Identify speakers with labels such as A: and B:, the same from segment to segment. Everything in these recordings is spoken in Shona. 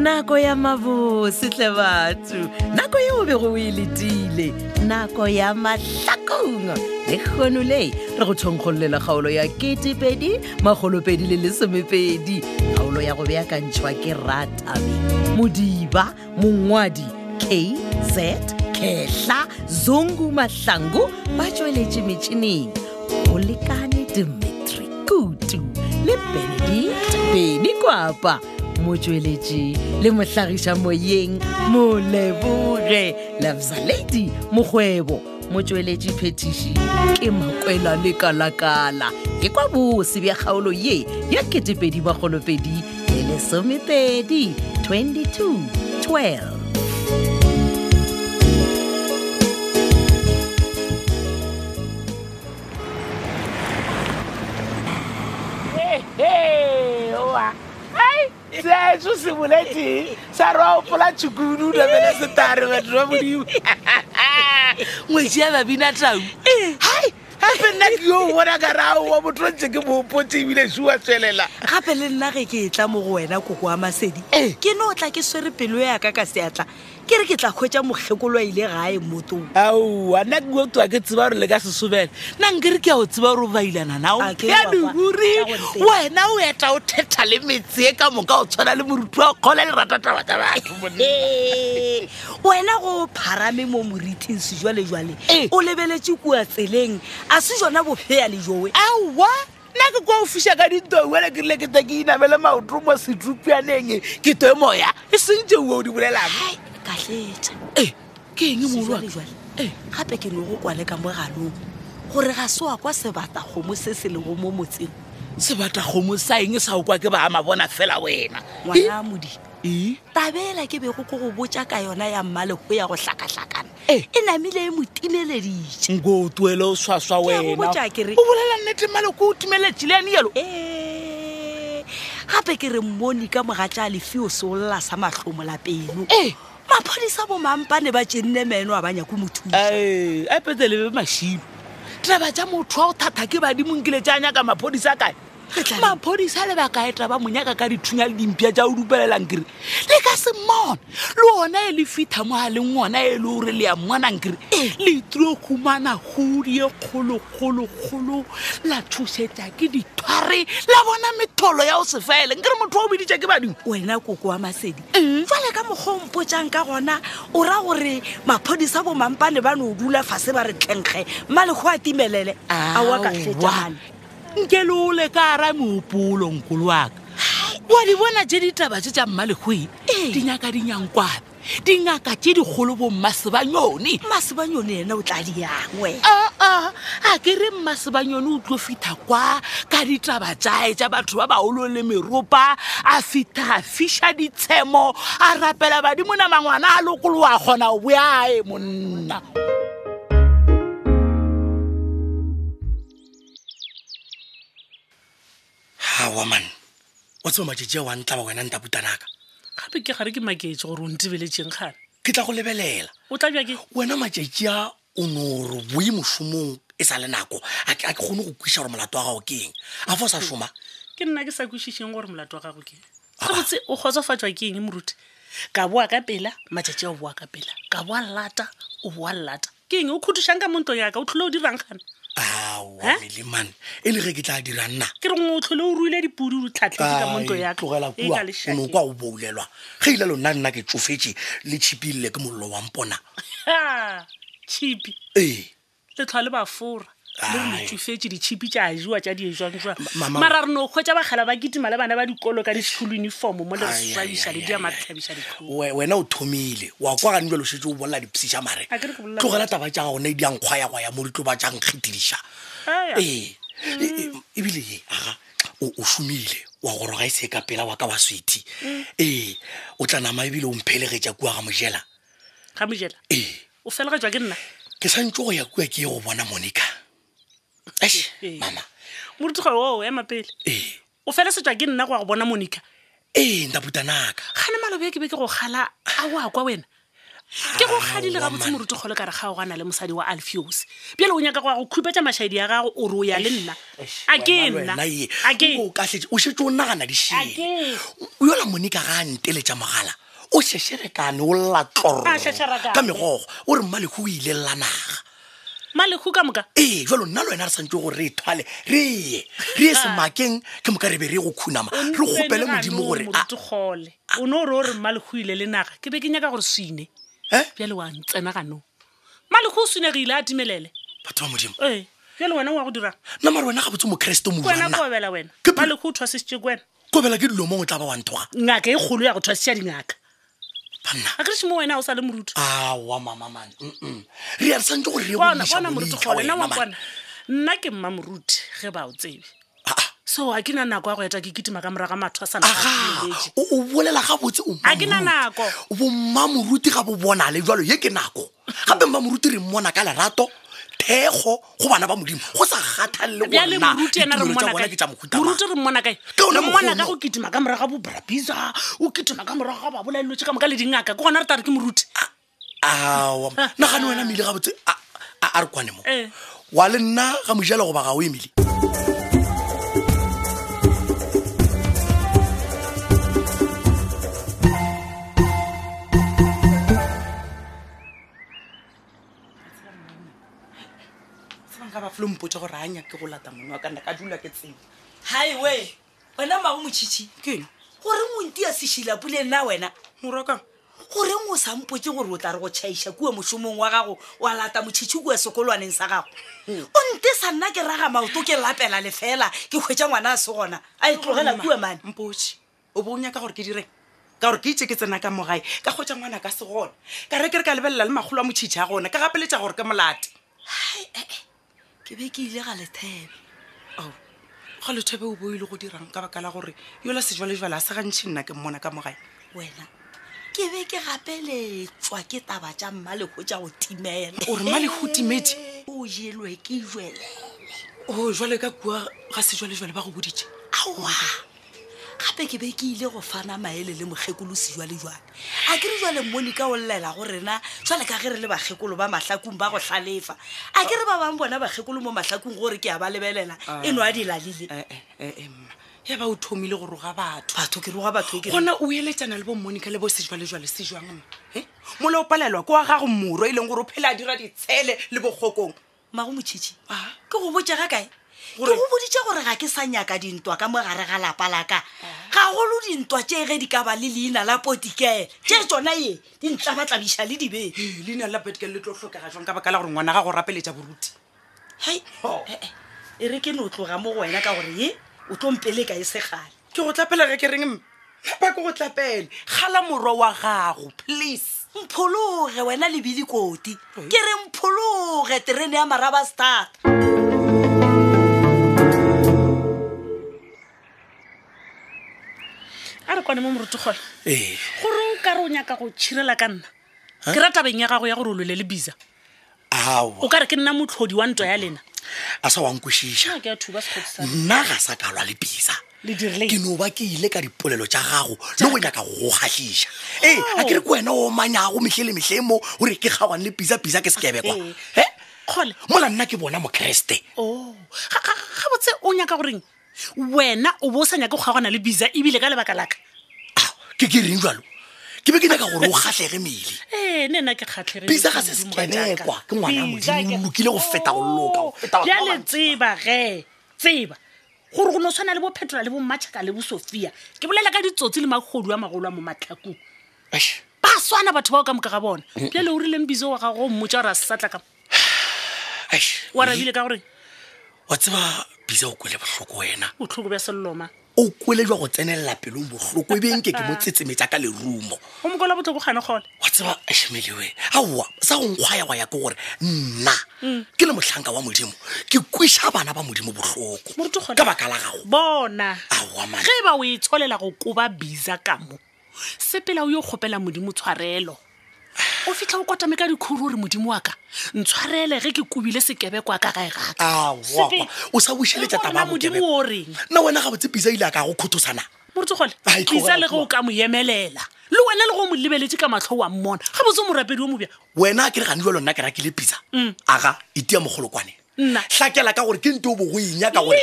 A: nako ya mabosetle batho nako ye o bego o e letile nako ya mahlakong le kgono le re go thonkgololela kgaolo ya ketepedi magolopedi le lesomepedi kgaolo ya go beakantšhwa ke ratabe modiba mongwadi kz kehla zungu mahlangu ba tšweletše metšhineng go lekane dimitri kutu le benedict beny kwapa motsweletši le mohlagiša moyeng moleboge lafza lady mokgwebo motsweletši phetiši ke makwela le kalakala e kwa bose bja kgaolo ye ya 2 e le lesomepedi 22 12
B: seso se boleteng sa roa opola tshukunu namele setare batho ba modimo ngwetsi ya babina tau hai gape nna ke yo o bona karao wa motho o ntse ke moopotse ebile sua tswelela
C: gape le nna ge ke e tla mo go wena koko wa masedi
B: Eh.
C: ke no tla ke swere pelo yaka ka seatla ke re ke tla kgwetsa mokgekolo a ile gae motong
B: aowa nna ke o twa ke tseba gore le ka sesobela nna nkere ke a o tseba gore o bailana nao
C: A ke
B: ya
C: wa kwa,
B: leruri
C: ya go ntena.
B: wena o eta o thetha le metsee ka moka o tshwana le moruti wa kgole le ratataba tsa batho monna.
C: Eh, wena go pharame mo moriting sejwalejwale
B: Eh.
C: o lebeletse kua tseleng a se jona bofea le joe
B: aowa nna ke kwa o fiša ka dintoe wena ke rile ke te ke inamele maoto mo setrupianeng ke toe moya e sentse uo o di bolelang
C: Hai, kahletša
B: e ke eng morwa
C: sejwalejwale
B: Eh.
C: gape ke ne go kwale ka mogalong gore ga se wa kwa sebata kgomo se se lego mo motseng
B: se batla kgomo sa eng sa o kwa ke ba ama bona fela wena
C: ngwana a modi
B: Eh, eh,
C: tabeela ke bego ko go botja ka yona ya mmalego ya go hlakahlakana
B: Eh.
C: e namile e mo timeleditše
B: nko o tuele o swaswa
C: Ke a go
B: wena
C: botša ke re-
B: o bolela nnete maloko o timeletsile ane yalo
C: Eh, gape ke re mmone ka mogatša a lefio seolola sa mahlomola pelo
B: Eh.
C: maphodisa bo mampane ba tšenne meno a ba nyako mothusa
B: Eh. apetse lebe mašipo taba tša motho wa go thatha ke badimo nkile tša nyaka maphodisa kae
C: Ke tla reng?
B: maphodisa le ba kae taba monyaka ka dithunya le dimpia tša o dupelelang kere le ka se mmona le ona e le fitha mo a leng ona e le gore le ya mmonang kere le tlo humana hudi e kgolokgolokgolo la thusetša ke dithware la bona metholo ya go se fele nkere motho wa o biditša ke badimo
C: wena koko wa masedi
B: Mm.
C: fale ka mokgompotjang ka gona o ra gore maphodisa bo mampane ba no dula fase ba re tlenkge mmalego a timelele aowa ka fetane
B: nke le ole Ah, ka ara meopolo nkolo waka wa di bona tse ditaba tse tša mmalegweng
C: Ee.
B: dinyaka dinyankwabe dingaka tse dikgolo bo mmasebanyone
C: masebanyone ena o tla diang wena
B: aa a Ah, ke re mmasebanyone o tlo fitha kwa ka ditaba tšae tša batho ba baolo le meropa a fitha a fiša ditshemo a rapela badimona mangwana a lokolo wa kgona o boae monna
D: aa man o tseba matšatši a wa ntla ba wena ntaputanaka
E: gape ke gare ke maketse gore o ntebeletseng gane
D: ke tla go lebelela
E: o tla bja ke
D: wena matšatši a o nore boe mošomong e sa le nako a ke a ke kgone go kweša gore molato wa gago ke eng a fa o sa šoma
E: ke nna ke sa kwešišeng gore molato wa gago ke eng gabotse o kgotsofatswa ke eng moruti ka boa ka pela matšatši a o boa ka pela ka boa llata o boa llata ke eng o khudušang ka mo ntlo yaka o tlhole o dirang gane
D: aa
E: Eh?
D: meleman e le ge ke tla dira nna
E: ke re ngwe o tlhole o ruile dipudi o tlhatlhetse ka mo ntlo
D: Ai,
E: yaka
D: tlogela
E: e ka
D: kua o no
E: lešakeng.
D: kwa o boulelwa ge ile lona nna ke tsofetse le tšhipilele ke mollo wa mpona
E: Ha, tšhipi
D: ee
E: le tlhwa le bafora le re
D: Ai.
E: letsofetse ditšhipi tša jwa tša di jwangjwang
D: Ma- ma-
E: mara re no kgwetsa bagala ba kitima le bana ba dikolo ka di-school uniform mo le re
D: Ai, ai,
E: swabiša le
D: ai,
E: di a
D: ai,
E: matlhabisa dikolo
D: We- wena o thomile wa kwa gane jalo setse o bolela dipsiša mare
E: A ke re ke bolela
D: tlogela taba tja gone e di ankgwa ya ya mo di tlo ba tja nkgetiliša
E: Aya.
D: ee E- e- ebile ye aga o o šomile wa goroga e se ka pela wa ka wa swethi
E: Mm.
D: ee o tla nama ebile o mphelegetša kua ga mojela
E: ga mojela
D: ee
E: o felegetswa ke nna
D: ke santse go ya kua ke ye go bona monica ash
E: Ee.
D: mama
E: morutigwe oo ema pele
D: ee
E: o felesetswa ke nna go ya go bona monica
D: ee ntaputanaka
E: gane malobe ke be ke go kgala a oa kwa wena ke go kgadile
D: Aowa,
E: gabotse
D: man.
E: morutigole ka re ga o gana le mosadi wa alfios bjale o nyaka go ya go khupetsa mašhaedi ya gago o re o ya le nna a ke nna a ke
D: o katlhee o shetse o nagana
E: A ke?
D: dišhee yola monica ga a nteletša mogala
B: o šešerekane o lla tloro
F: A šešerekane.
B: ka megogo o re mmalehu o ile lla naga
F: malekhu ka moka
B: ee jalo nna le wena re santse gore re ethwale re ye re ye semakeng ke moka re be re ye go khunama
F: O
B: re
F: ntse
B: kgopele
F: le gane
B: modimo
F: o
B: gore a-
F: moruti kgole o ne o re o re mmalekhu ile le naga ke be ke nyaka gore swine
B: Eh?
F: bjale wa ntsena ganong malekhu o swine re ile a timelele
B: batho ba modimo
F: ee bjale wena o wa go dirang
B: nna mare wena gabotse mokeresete
F: ke wena
B: moana
F: kobela wena
B: Ke pelo-
F: malekhu o thwasešitše ke wena
B: kobela ke dilo mongwe tla ba wanthoga
F: ngaka e kgolo ya go thwasešya dingaka
B: banna
F: a kere šimo wena o sa le moruti
B: awa mamamane mm re ya re santse gore re ye go
F: bona
B: iša
F: bona moruti
B: boletla
F: kgole na
B: wena
F: wa
B: man
F: kwana nna ke mma moruti ge ba o tsebe
B: Ah,
F: so a ke na nako ya go eta ke kitima ka moraga matho a sana
B: aga o o bolela gabotse o
F: Ha ke
B: mmamoruti.
F: na nako.
B: bommamoruti ga bo bona le jalo ye ke nako gape mmamoruti re mmona ka lerato thekgo go bana ba modimo go sa kgathalele
F: bjale
B: gorena
F: moruti yena re
B: ditumelo tsa bona
F: mmona
B: ke tsa mohuta mang.
F: kae? moruti re mmona kae
B: Ke yona
F: re mmona
B: mokgwa
F: ka
B: mo-
F: go kitima ka morago ga bobrapisa o kitima ka morago ga baboleletse ka moka le dingaka ke gona re tare ke moruti
B: awa nagane wena mmele gabotse a- a a re kwane mo
F: Eh.
B: wa le nna ga mojalo goba ga o emele
C: sebanka ba fole mpotse gore a nyake go lata mone wa ka nna ka dula ke tsebo highway wena mmago motšhitšhi keno goreng o nti ya sešila pule nna wena moraka goreng o sa mpotse gore o tla re go tšhaiša kua mošomong wa gago wa lata motšhitšhi kua sekolwaneng sa gago o nte sa nna ke raga maoto ke lapela lefela ke kgwetsa ngwana a se gona a e tlogela kua mane
G: mpotse o bo o nyaka gore ke direng ka gore ke itse ke tsena ka mogae ka kgwetsa ngwana ka se gona ka re ke re ka lebelela le magolo a motšhitšhi a gona ka gapeletša gore ke molate
C: e, ke be ke ile ga lethebe
G: ga lethebe o boile go dirang ka baka la gore yola sejwalejwale a se gantšhi nna ke mmona ka mogae
C: wena ke be ke gapeletswa ke taba tša mmalego tša go timela
G: o re malehu timetse
C: o jelwe ke jwele
G: o jwale ka kua ga sejwalejwale ba go boditše
C: aowa gape ke be ke ile go fana maele le mokgekolosi jwalejwale a ke re jwale monica o llela gorena jwale ka ge re le bakgekolo ba mahlakong ba go tlhalefa a ke re ba bangwe bona bakgekolo mo mahlakong gore ke a ba lebelela e no a di lalile
G: ee ee eh, mma ya ba o thomile go roga batho
C: batho ke roga batho ke
G: gona o eletsana le bo monica le bo sejwalejwale se jwang mma e mola o palelwa ke wa gago moro e leng gore o phele a dira ditshele le bokgokong
C: mago motšhitši
G: Ah.
C: ke go botja ga kae ke
G: Gore-
C: go boditše gore ga ke sa nyaka dintwa ka mo gare ga lapa laka gagolo dintwa tše ge di ka ba le leina la potikele tše tsona ye di ntlabatlabiša le dibeng
G: Ee, leina la betkel le tlo tlhokega jwang ka baka la gore ngwana ga go rapeletša boruti
C: hai
B: Oh.
C: ee, e re ke no tloga mo go wena ka gore ye o tlo mpele ka e segale
G: ke go tlapela ge ke reng mme? napa ke go tlapele gala morwa wa gago please
C: mphologe wena lebile koti ke re mphologe terene ya maraba start
F: a re kwane mo moruti kgole
B: ee
F: gore o ka re o nyaka go tšhirela ka nna ke ra tabeng ya gago ya gore o lwele le bisa
B: awa
F: o ka re ke nna motlhodi wa ntwa ya lena
B: a sa wankwešiša
F: a ke a thuba sekgopisane
B: nna ga sa kalwa le pisa
F: le dirile
B: ke
F: eng?
B: no ba ke ile ka dipolelo tša gago le go nyaka go kgatlhiša ee a ke re ke wena o manyago metlhe le metlhe mo gore ke kgawan le pisa-pisa ke sekebekwa
F: Ee.
B: e
F: kgole
B: mola nna ke bona mokeresete
F: o ga ga- ga botse o nyaka goreng wena o bo o sa nyake go kgagana le bisa ebile ka lebaka laka
B: Ao, ke ke reng jalo ke be ke nyaka gore o kgatlhege mele
F: ee ne nna ke kgatlhege
B: Bisa ga se sekebekwa, ke ngwana wa Modimo, o lokile go feta go loka, go feta batho ba
F: bjale
B: bantsi.
F: tseba ge tseba gore go ne o tshwana le bo phetola le bo matšhaka le bo sofia ke bolela ka ditsotsi le magodu a magolo a mo matlhakong ba swana batho bao ka moka ga bona bjale o rileng biso wa gago o mmotsa gore a se satla ka
B: Mm-hmm.
F: wa rabile ka gore
B: wa tseba bisa o kwele botlhoko wena
F: botlhoko bja seleloma
B: o kwele jwa go tsenelela pelong botlhoko e benke ke mo tsetsemetsa ka lerumo
F: o mokola botlhoko gane kgole
B: wa tseba ešhemelewe aowa sa go nkgwaya wa ya ke gore nna
F: Mm.
B: ke le motlhanka wa modimo ke kweša bana ba modimo
F: Moruti
B: botlhoko
F: kgole.
B: ka baka la gago Ah.
F: bona
B: aowa man
F: ge ba o e tsholela go koba bisa ka mo sepela o yo kgopela modimo tshwarelo o fitlha o kotame ka dikhuru gore modimo wa ka ntshwarele ge ke kobile sekebe kwa ka gae gaka
B: aowa
F: Sepe-
B: o sa bušeletša
F: Gore
B: taba
F: na modimo o reng
B: nna wena gabotse bisa ile a ka go kgothosana
F: morutsegole
B: Ai, tlogela,
F: bisa le ge o
B: tloga.
F: ka mo emelela le wena le go mo lebeletse ka matlho wa mmona ga botse o morapedi o mobja
B: wena ke re gane jalo nna ke rakile pisa aga itia mogolokwane
F: Mm. Nna.
B: hlakela ka gore ke
H: e
B: nte o bo go inyaka gore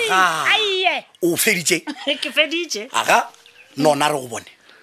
B: aga
F: aie
B: o feditše
F: ke feditše
B: aga nona re go bone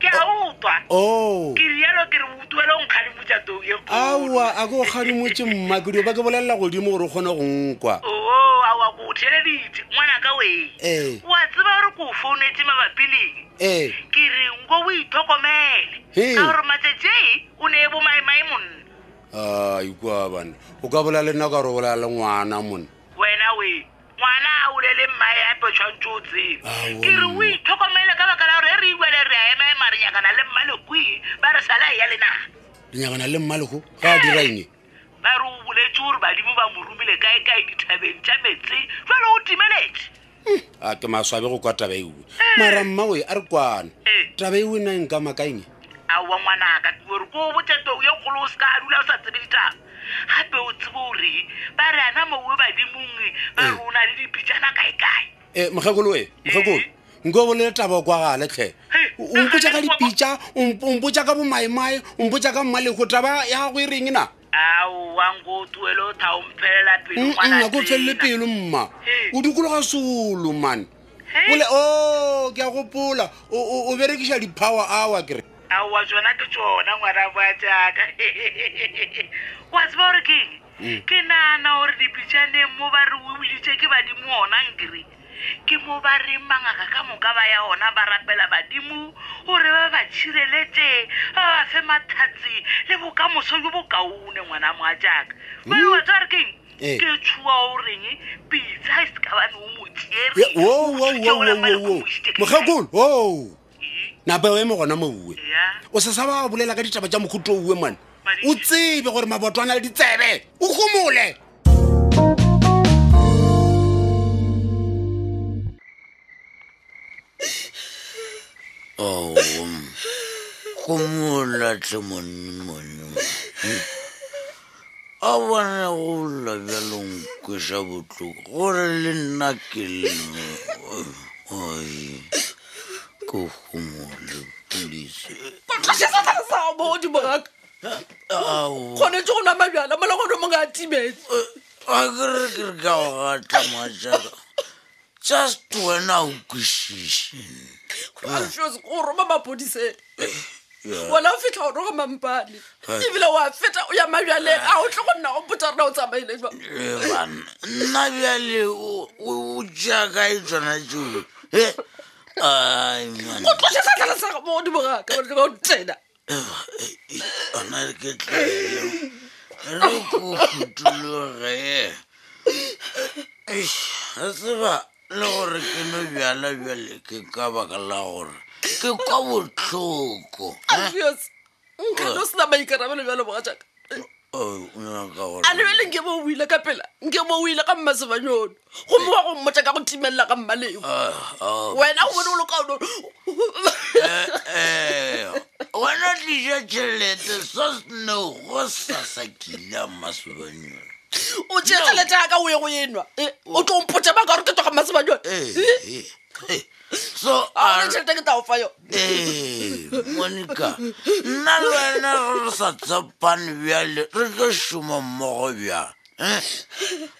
B: ke a
H: Oh.
B: utlwa
H: o
B: ke rialo ke re utlwele o nkgadimutša tou ye kgolo
H: aowa a ke o kgadimotse mmakedio ba ke bolelela godimo gore o kgone go nkwa
B: oo aowa ko Oh, o theleditše ngwanaka
H: Ee.
B: wee wa tseba gore ko o founetse mabapileng
H: ee
B: ke re nko o ithokomele
H: Hei.
B: ka gore matšatšee o ne e bo maemae monna
H: ai kua bane o ka bola le nna ka gore o bola le ngwana mone
B: wena we ngwana a olele mmae ape tshwantse o tsebe
H: Aowa,
B: ke re o
H: mma.
B: ithokomele ka baka la gore e re iwele re a emaema re nyakana le mmalekoi ba re sala e ya lenaga
H: lenyakana le mmaleko ga a dira eng
B: ba re o boletse gore badimo ba mo romile kae kae dithabeng tša metse jalo o timeletse
H: a Ah, ke maswabe go kwa taba ewe mara mmawe a re kwane
B: Ee.
H: taba ewe na eng ka e makaeng
B: aowa ngwanaka ke ore ko o botetou ye kgolo o se ka dula o sa tsebe ditaba gape o tsebe gore ba re ana mowe badimong ba re o na le dipitsana kae kae
H: e mokgekolo e mokgekolo nko bolele taba o kwagale tlhe
B: Hei,
H: o mpotsa ka
B: nka-
H: dipitša o mp- o mpotsa ka bomaemae o mpotsa ka mmaleko taba ya go e reng na
B: aowa nko o tuele o thaomphelela pelo
H: nna ko
B: ngwanatsena
H: felele pelo e mma
B: Hei.
H: o dikologa solo mane
B: Hei.
H: ole o ke a gopola o- o o berekiša di-power hour kere
B: aowa tsona ke tsona ngwana boa jaaka wa tseba gore keng ke nagana gore dipitšaneng mo ba re o boditse ke badimo ona nkry ke mo ba reng mangaka ka moka ba ya ona ba rapela badimo gore ba ba tšhireletse ba ba fe mathatsi le bokamoso jo bokaone ngwana moa jaaka mme wa tseba gore keng
H: Eh.
B: ke tšhoa o reng pitsa e se ka bane o
H: Ye- wo, wo, wo, wo,
B: e
H: wo, wo.
B: motsere
H: mokgekolo o napeo eme gona moue
B: Eh. Ya.
H: o se sa ba bolela ka ditaba tša mokhuto oue mane
B: Madi-
H: o tsebe gore maboto a na le ditsebe o gomole
I: go molatle monnemonnemo a bona go lla bjalo nkweša botlhoko gore le nna ke lene oi ke gomole please
J: bodimoraka kgone tse go nwa mabjala mola gone mongwe a timetse
I: a kere ke re ka go gatla mašaka just wena o kwešiše
J: Ashosi, o roma mapodiseng wena o fitlha o roga mampane ebile wa feta o ya mabjaleng a o tle go nna o botsa rena o tsamaile jwa
I: Eh, bana nna bjale o- o o jaaka e tsona tseo e ai man
J: go tlose setlhala sa ga modimoraka o tena
I: ona ke tlele re ko futulogee a tseba le gore ke no bjala bjale ke ka baka la gore ke kwa botlhoko
J: ashosi nkane o sena maikarabelo bjalo boga jaka
I: 어,
J: a lebele nke bo o ile ka pela nke bo o ile ka mmasebanyono gomme wa go mmotsa ka go timelela ka mmalego
I: 어,
J: wena o bone o le kaono
I: 예, wena dija tšhelete sa seno go sasa kila masobanyona
J: o tšee tšhelete yaka o ye go enwa Eh, o tlo mpotsa baka gore ke tloga mmasebanyono
I: Eh. so
J: a
I: a
J: one tšhelete ke tao fa yone
I: Ee, monica nna le wena re sa tshepane bjale re tlo šoma mmogo bjang hein?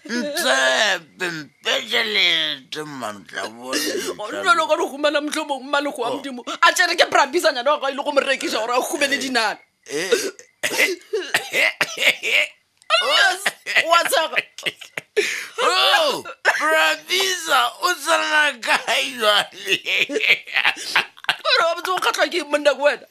I: ntsepe mpetelete mantla
J: gonjalo ka re humana motlho mongwe maloko wa modimo a tsere ke brapisanyana wa ka ile go mo rekiša gore a humele dinala Yes, wa tsega
I: brabisa Oh, o tsena kae jale
J: ore wa botse go kgatlhwa ke eng monna ko wena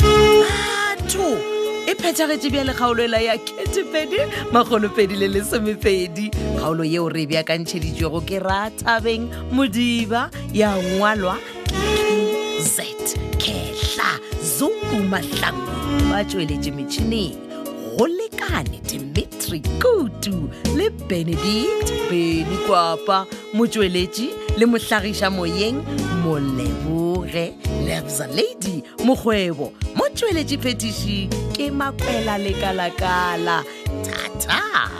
A: batho e phethagetse bjale kgaolo ela ya ketepedi magolopedi le lesomepedi kgaolo yeo re bjakantšheditšwego ke ratabeng modiba ya ngwalwa z kehla zungu mahlangu ba tsweletše metšhineng go lekane dimitri kutu le benedict beny kwapa motsweletši le mohlagiša moyeng moleboge ge lebza lady mokgwebo mo tšweletše phetiši ke makwela lekalakala thata